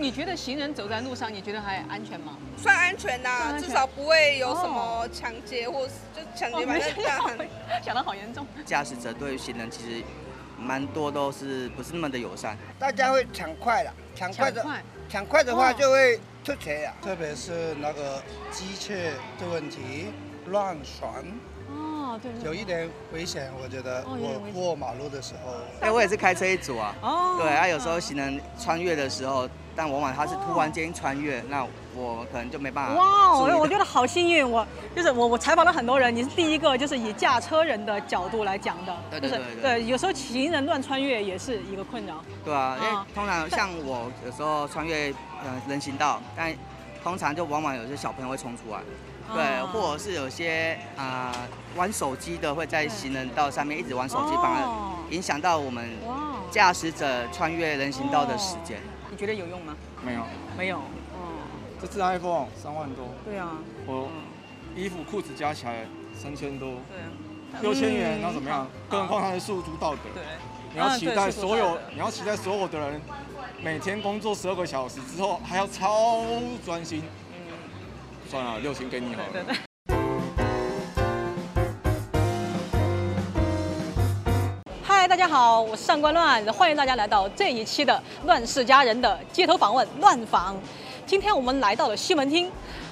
你觉得行人走在路上，你觉得还安全吗？算安全算哦啦，安全至少不会有什么抢劫或是就抢我哦劫吧，没但但想 很到， 想到好严重。驾驶者对于行人其实蛮多都是不是那么的友善。大家会抢快了，抢快的抢快抢快的话哦就会出贼啊。特别是那个机械的问题，乱传哦，对有一点危险。我觉得哦有点危险我过马路的时候，哎、我也是开车一族啊。哦对啊，有时候行人穿越的时候，但往往他是突然间穿越，那我可能就没办法。哇，我我觉得好幸运，我就是我我采访了很多人，你是第一个就是以驾车人的角度来讲的，对对就是对对对，有时候行人乱穿越也是一个困扰。对啊，因为嗯通常像我有时候穿越呃人行道，但通常就往往有些小朋友会冲出来，对，哦或者是有些啊、呃玩手机的会在对行人道上面一直玩手机，哦反而影响到我们哇，驾驶者穿越人行道的时间。你觉得有用吗？没有，没有。哦，这次 iPhone 三万多，对啊，我嗯，衣服裤子加起来三千多，对啊，六千元，那嗯怎么样？更何况它是诉诸道德，对，你要啊期对待是做所到有的，你要期待所有的人每天工作十二个小时之后还要超专心。嗯算了，六千给你好了。嗨，大家好，我是上官乱，欢迎大家来到这一期的《乱世佳人》的街头访问乱访。今天我们来到了西门町，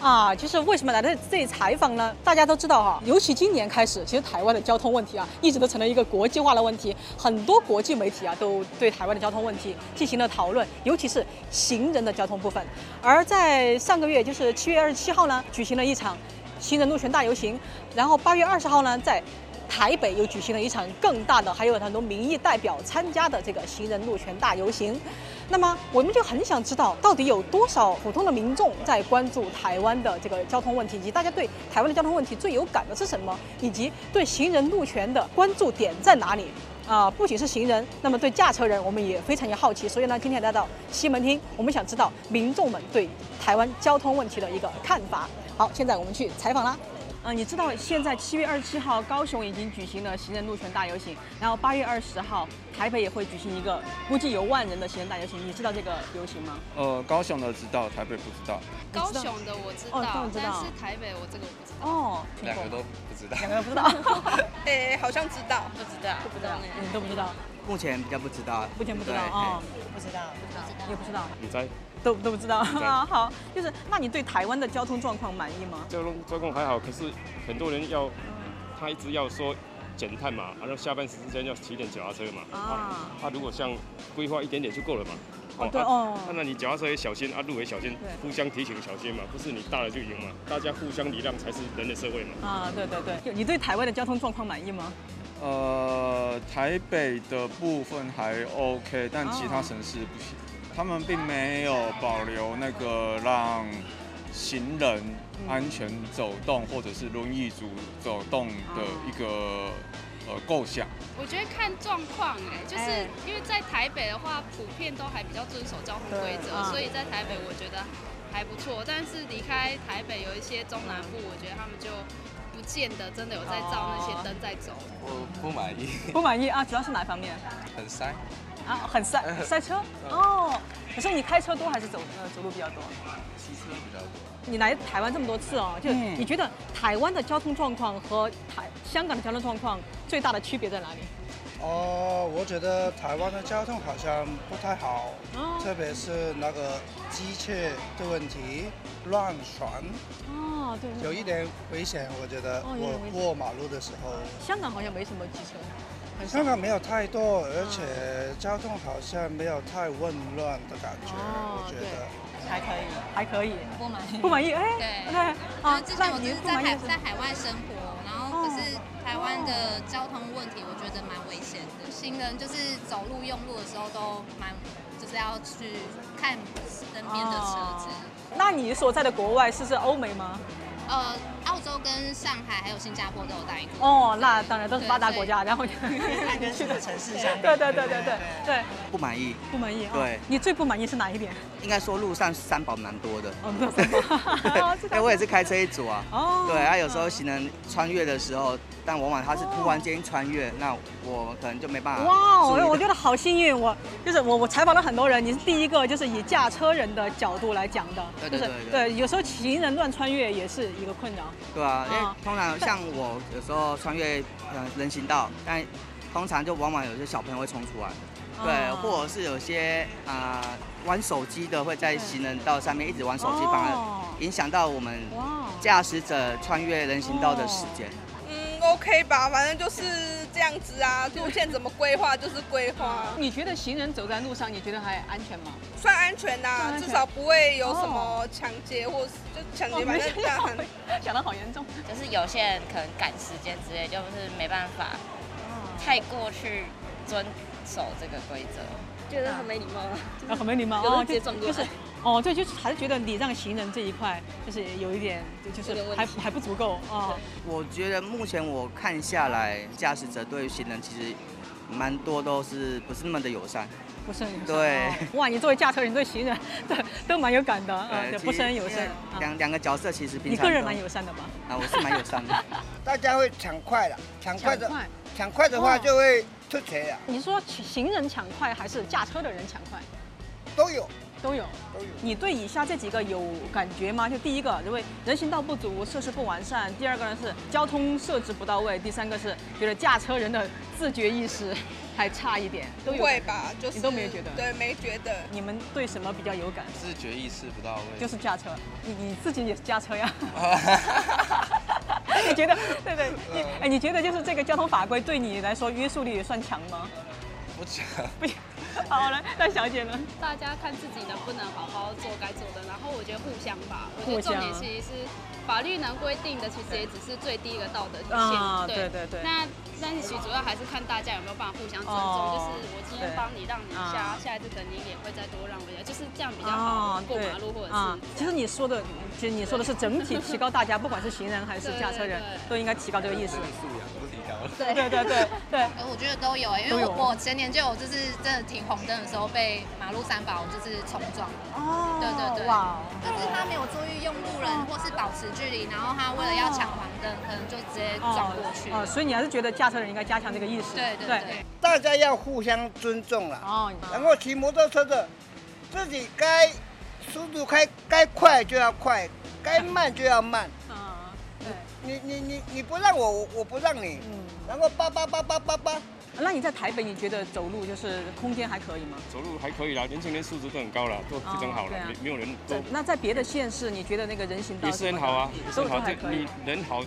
啊，就是为什么来到这里采访呢？大家都知道哈、尤其今年开始，其实台湾的交通问题啊，一直都成了一个国际化的问题，很多国际媒体啊都对台湾的交通问题进行了讨论，尤其是行人的交通部分。而在上个月，就是七月二十七号呢，举行了一场行人路权大游行，然后八月二十号呢，在台北又举行了一场更大的，还有很多民意代表参加的这个行人路权大游行。那么我们就很想知道，到底有多少普通的民众在关注台湾的这个交通问题，以及大家对台湾的交通问题最有感的是什么，以及对行人路权的关注点在哪里？啊，不仅是行人，那么对驾车人我们也非常有好奇，所以呢，今天来到西门町，我们想知道民众们对台湾交通问题的一个看法。好，现在我们去采访啦。啊，你知道现在七月二十七号，高雄已经举行了行人路权大游行，然后八月二十号，台北也会举行一个估计有万人的行人大游行。你知道这个游行吗？呃，高雄的知道，台北不知道，高雄的我知道，哦高雄知但道是台北我这个我不知道。哦，两个都不知道。两个都不知 道，诶，哎好像知道，不知道，不知道 你都不知道，目前比较不知道，目前不知道对啊，嘿不知道，不知道，也不知道，你在都都不知道啊。 好，就是那你对台湾的交通状况满意吗？交通状况还好，可是很多人要，他一直要说减碳嘛，然后下班时间要骑点脚踏车嘛。啊，他、如果像规划一点点就够了嘛。哦对啊哦啊那你脚踏车也小心，啊，路也小心，对互相提醒小心嘛，不是你大了就赢嘛，大家互相礼让才是人的社会嘛。啊，对对对，就你对台湾的交通状况满意吗？呃，台北的部分还 OK，但其他城市不行。他们并没有保留那个让行人安全走动，或者是轮椅族走动的一个啊呃构想。我觉得看状况哎，就是哎因为在台北的话，普遍都还比较遵守交通规对则，嗯所以在台北我觉得还不错。但是离开台北有一些中南部，我觉得他们就不见得真的有在照那些灯在走。我不满意，不满意啊，主要是哪一方面？很塞，啊，很塞塞车哦。可是你开车多还是走呃走路比较多？骑车比较多。你来台湾这么多次哦，就嗯你觉得台湾的交通状况和台香港的交通状况最大的区别在哪里？哦，我觉得台湾的交通好像不太好，哦特别是那个机械的问题，乱传哦，对有一点危险。我觉得哦有点危险我过马路的时候，香港好像没什么机车，很少香。港没有太多，而且交通好像没有太混乱的感觉，哦我觉对得。还可以，还可以，不满意。不满意哎，对对然后之前我就您是不在满意海是在哦海外生活，然后可是台湾的交通问题，我觉得蛮危险的。行人就是走路用路的时候都蛮，就是要去看身边的车子。哦那你所在的国外是是欧美吗？呃，澳洲跟跟上海还有新加坡都有待过。哦，那当然都是发达国家，然后就安 全是个城市相 对对对对对对，不满意，不满意啊。对你最不满意是哪一点？应该说路上三宝蛮多的。哦，没有什 么对，因为哎我也是开车一族啊。哦对，啊，有时候行人穿越的时候，但往往他是突然间穿越，那我可能就没办法。哇，哦我我觉得好幸运，我就是我我采访了很多人，你是第一个就是以驾车人的角度来讲的，对就对是对对对，有时候行人乱穿越也是一个困扰。对啊，因为啊通常像我有时候穿越呃人行道，但通常就往往有些小朋友会冲出来，对，啊或者是有些啊、呃玩手机的会在行人道上面一直玩手机，哦反而影响到我们哇，驾驶者穿越人行道的时间。哦嗯，OK 吧，反正就是这样子 啊。路线怎么规划就是规划，你觉得行人走在路上，你觉得还安全吗？算安全哦呐、算安全至少不会有什么抢劫或是就抢哦劫，反正这 样 很想得好严 重。就是有些人可能赶时间之类，就是没办法哦太过去遵守这个规则。觉得很没礼貌啊。啊，很没礼貌有哦，人就直接撞过就来是，哦，对，就是还是觉得你让行人这一块就是有一点，就有点是问还还不足够哦。我觉得目前我看下来，驾驶者对于行人其实蛮多都是不是那么的友善。不是很友善。对哦哇，你作为驾车人对行人， 对都蛮有感的，啊，对，呃其实不是很友因善为。啊两两个角色其实平你常个人都蛮友善的吧？啊，我是蛮友善的。 大家会抢快了，抢快的抢快，抢快的话哦就会出贼啊，你说行人抢快还是驾车的人抢快？都有。都有，都有。你对以下这几个有感觉吗？就第一个，因为人行道不足，设施不完善；第二个呢是交通设置不到位；第三个是觉得驾车人的自觉意识还差一点，都不有会感觉吧？就是你都没有觉得？对，没觉得。你们对什么比较有感？自觉意识不到位，就是驾车，你你自己也是驾 车呀？你觉得对嗯对，你哎，你觉得就是这个交通法规对你来说约束力也算强吗？ 不讲，好了，那小姐呢？大家看自己能不能好好做该做的，然后我觉得互相吧。我觉得重点互相其实是法律能规定的，其实也只是最低一个道德底线。啊对对对那但是其实主要还是看大家有没有办法互相尊重，哦就是我今天对帮你让你一下，啊下一次等你也会再多让我一下，就是这样比较好。过马路或者啊是。其实你说的，其实你说的是整 体提高大家，不管是行人还是驾车人，都应该提高这个意识。素养都提高了。对对对对对。呃我觉得都有哎、因都为有我我前年就有就是真的停红灯的时候被马路三宝就是冲撞。哦对对对。哇就是他没有注意用路人或是保持距离，然后他为了要抢黄灯，可能就直接撞过去。哦，所以你还是觉得驾车人应该加强这个意识。对对对。大家要互相尊重了。哦，然后骑摩托车的，自己该速度开该快就要快，该慢就要慢。啊，你你你你不让我，我我不让你。嗯然后叭叭叭叭叭叭。那你在台北，你觉得走路就是空间还可以吗？走路还可以啦，年轻人素质都很高啦，都非常好了，哦对啊没没有人都在那在别的县市，你觉得那个人行道也是很好啊，也是都很都好，还这可以你人好，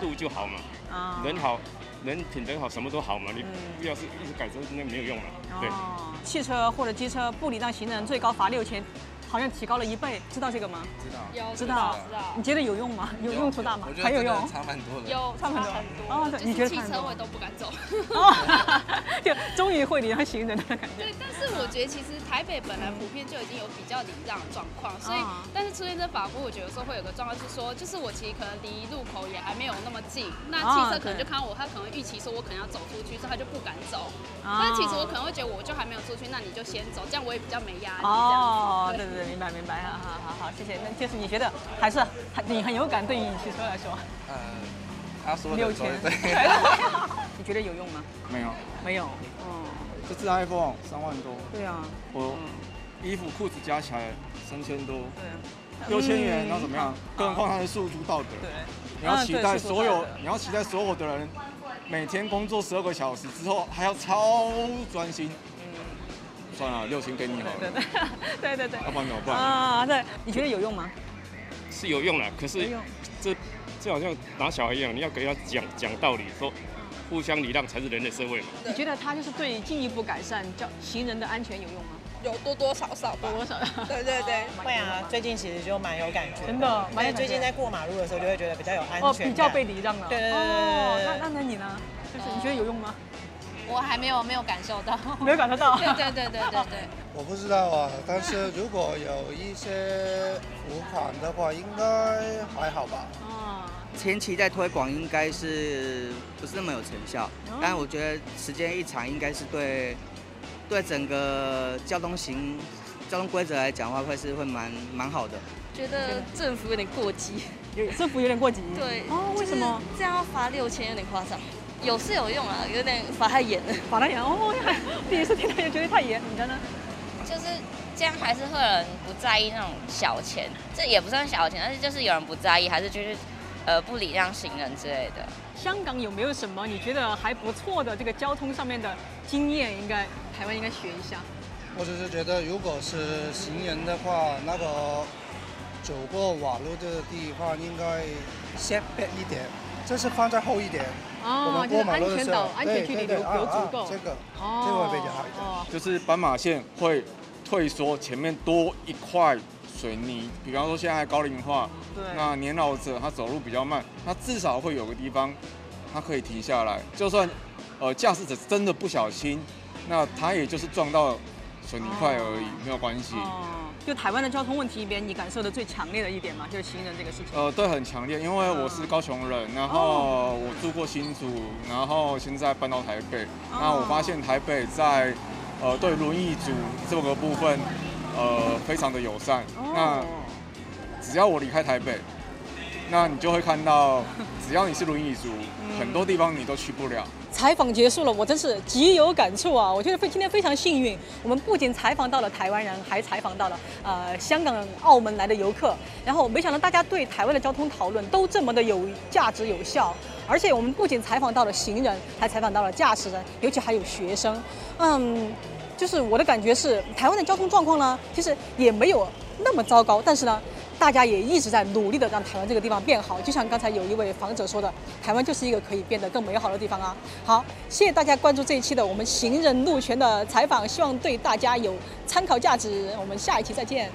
路就好嘛，啊人好，人品德好，什么都好嘛，你嗯不要是一直改车那没有用嘛，对。哦，汽车或者机车不礼让行人，最高罚六千，好像提高了一倍，知道这个吗？知道有知道知道。你觉得有用吗？有用处大吗我觉？得还有真的用？差蛮多的。有差很多哦对就是你觉得汽差很车多哦我都不敢走。 就终于会礼让行人的感觉。对，但是我觉得其实台北本来普遍就已经有比较礼让的状况，所以啊但是出现在法国，我觉得有时候会有个状况是说，就是我其实可能离路口也还没有那么近，那汽啊车可能对就看到我，他可能预期说我可能要走出去，所以他就不敢走。啊 但是其实我可能会觉得我就还没有出去，那你就先走，这样我也比较没压力。哦，这样子对对对，明白明白，好好好好，谢谢。那就是你觉得还是很你很有感，对于你汽车来说，呃，他说的六所以千 对，你觉得有用吗？ 没有，没有，哦，这次 iPhone 三万多，对啊，我衣服裤子加起来三千多，对六千元，那嗯怎么样？更何况它是诉诸道德，对，你要啊期对待诉诸所道有德，你要期待所有的人每天工作十二个小时之后还要超专心。算了，六千给你好嗯对了，对对对对要。不然怎么办？啊，对，你觉得有用吗？是有用啦，可有是用这这好像打小孩一样，你要给他讲讲道理，说互相礼让才是人类社会嘛。你觉得它就是对进一步改善交行人的安全有用吗？有多多少少吧。多少？对对对，会啊，最近其实就蛮有感觉，真的而蛮有感觉且最近在过马路的时候，就会觉得比较有安全感，哦，比较被礼让了。对对对对哦，对对那对那那你呢？就是你觉得有用吗？我还没有没有感 受到，哦没有感受到对对对对对对。我不知道啊，但是如果有一些浮款的话，应该还好吧。啊，前期在推广应该是不是那么有成效，哦但我觉得时间一长，应该是对对整个交通行交通规则来讲的话，会是会蛮蛮好的。觉得政府有点过激。政 府有点过激。 对。哦，为什么？？这样要罚六千有点夸张，有是有用啊，有点罚太严了。罚太严哦，第一次听到也觉得太严，你觉得呢？就是这样，还是会有人不在意那种小钱，这也不算小钱，但是就是有人不在意，还是就是呃不礼让行人之类的。香港有没有什么你觉得还不错的这个交通上面的经验？应该台湾应该学一下。我只是觉得，如果是行人的话，那个走过马路的地方应该先 back 一点，这是放在后一点。哦我们过马路的时候，就是安全岛安全距离对对对留啊留足啊够这个哦这个会比较好一点。就是斑马线会退缩，前面多一块水泥。比方说现在高龄化，对那年老者他走路比较慢，他至少会有个地方他可以停下来。就算呃驾驶者真的不小心，那他也就是撞到水泥块而已，哦没有关系。就台湾的交通问题里边，你感受的最强烈的一点嘛，就是行人这个事情。呃，对，很强烈，因为我是高雄人，然后我住过新竹，然后现在搬到台北。那我发现台北在呃对轮椅族这个部分，呃非常的友善。那只要我离开台北，那你就会看到，只要你是轮椅族，很多地方你都去不了。采访结束了，我真是极有感触啊！我觉得非今天非常幸运，我们不仅采访到了台湾人，还采访到了呃香港、澳门来的游客。然后没想到大家对台湾的交通讨论都这么的有价值、有效，而且我们不仅采访到了行人，还采访到了驾驶人，尤其还有学生。嗯，就是我的感觉是，台湾的交通状况呢，其实也没有那么糟糕，但是呢。大家也一直在努力的让台湾这个地方变好。就像刚才有一位访者说的，台湾就是一个可以变得更美好的地方啊。好，谢谢大家关注这一期的我们行人路权的采访，希望对大家有参考价值。我们下一期再见。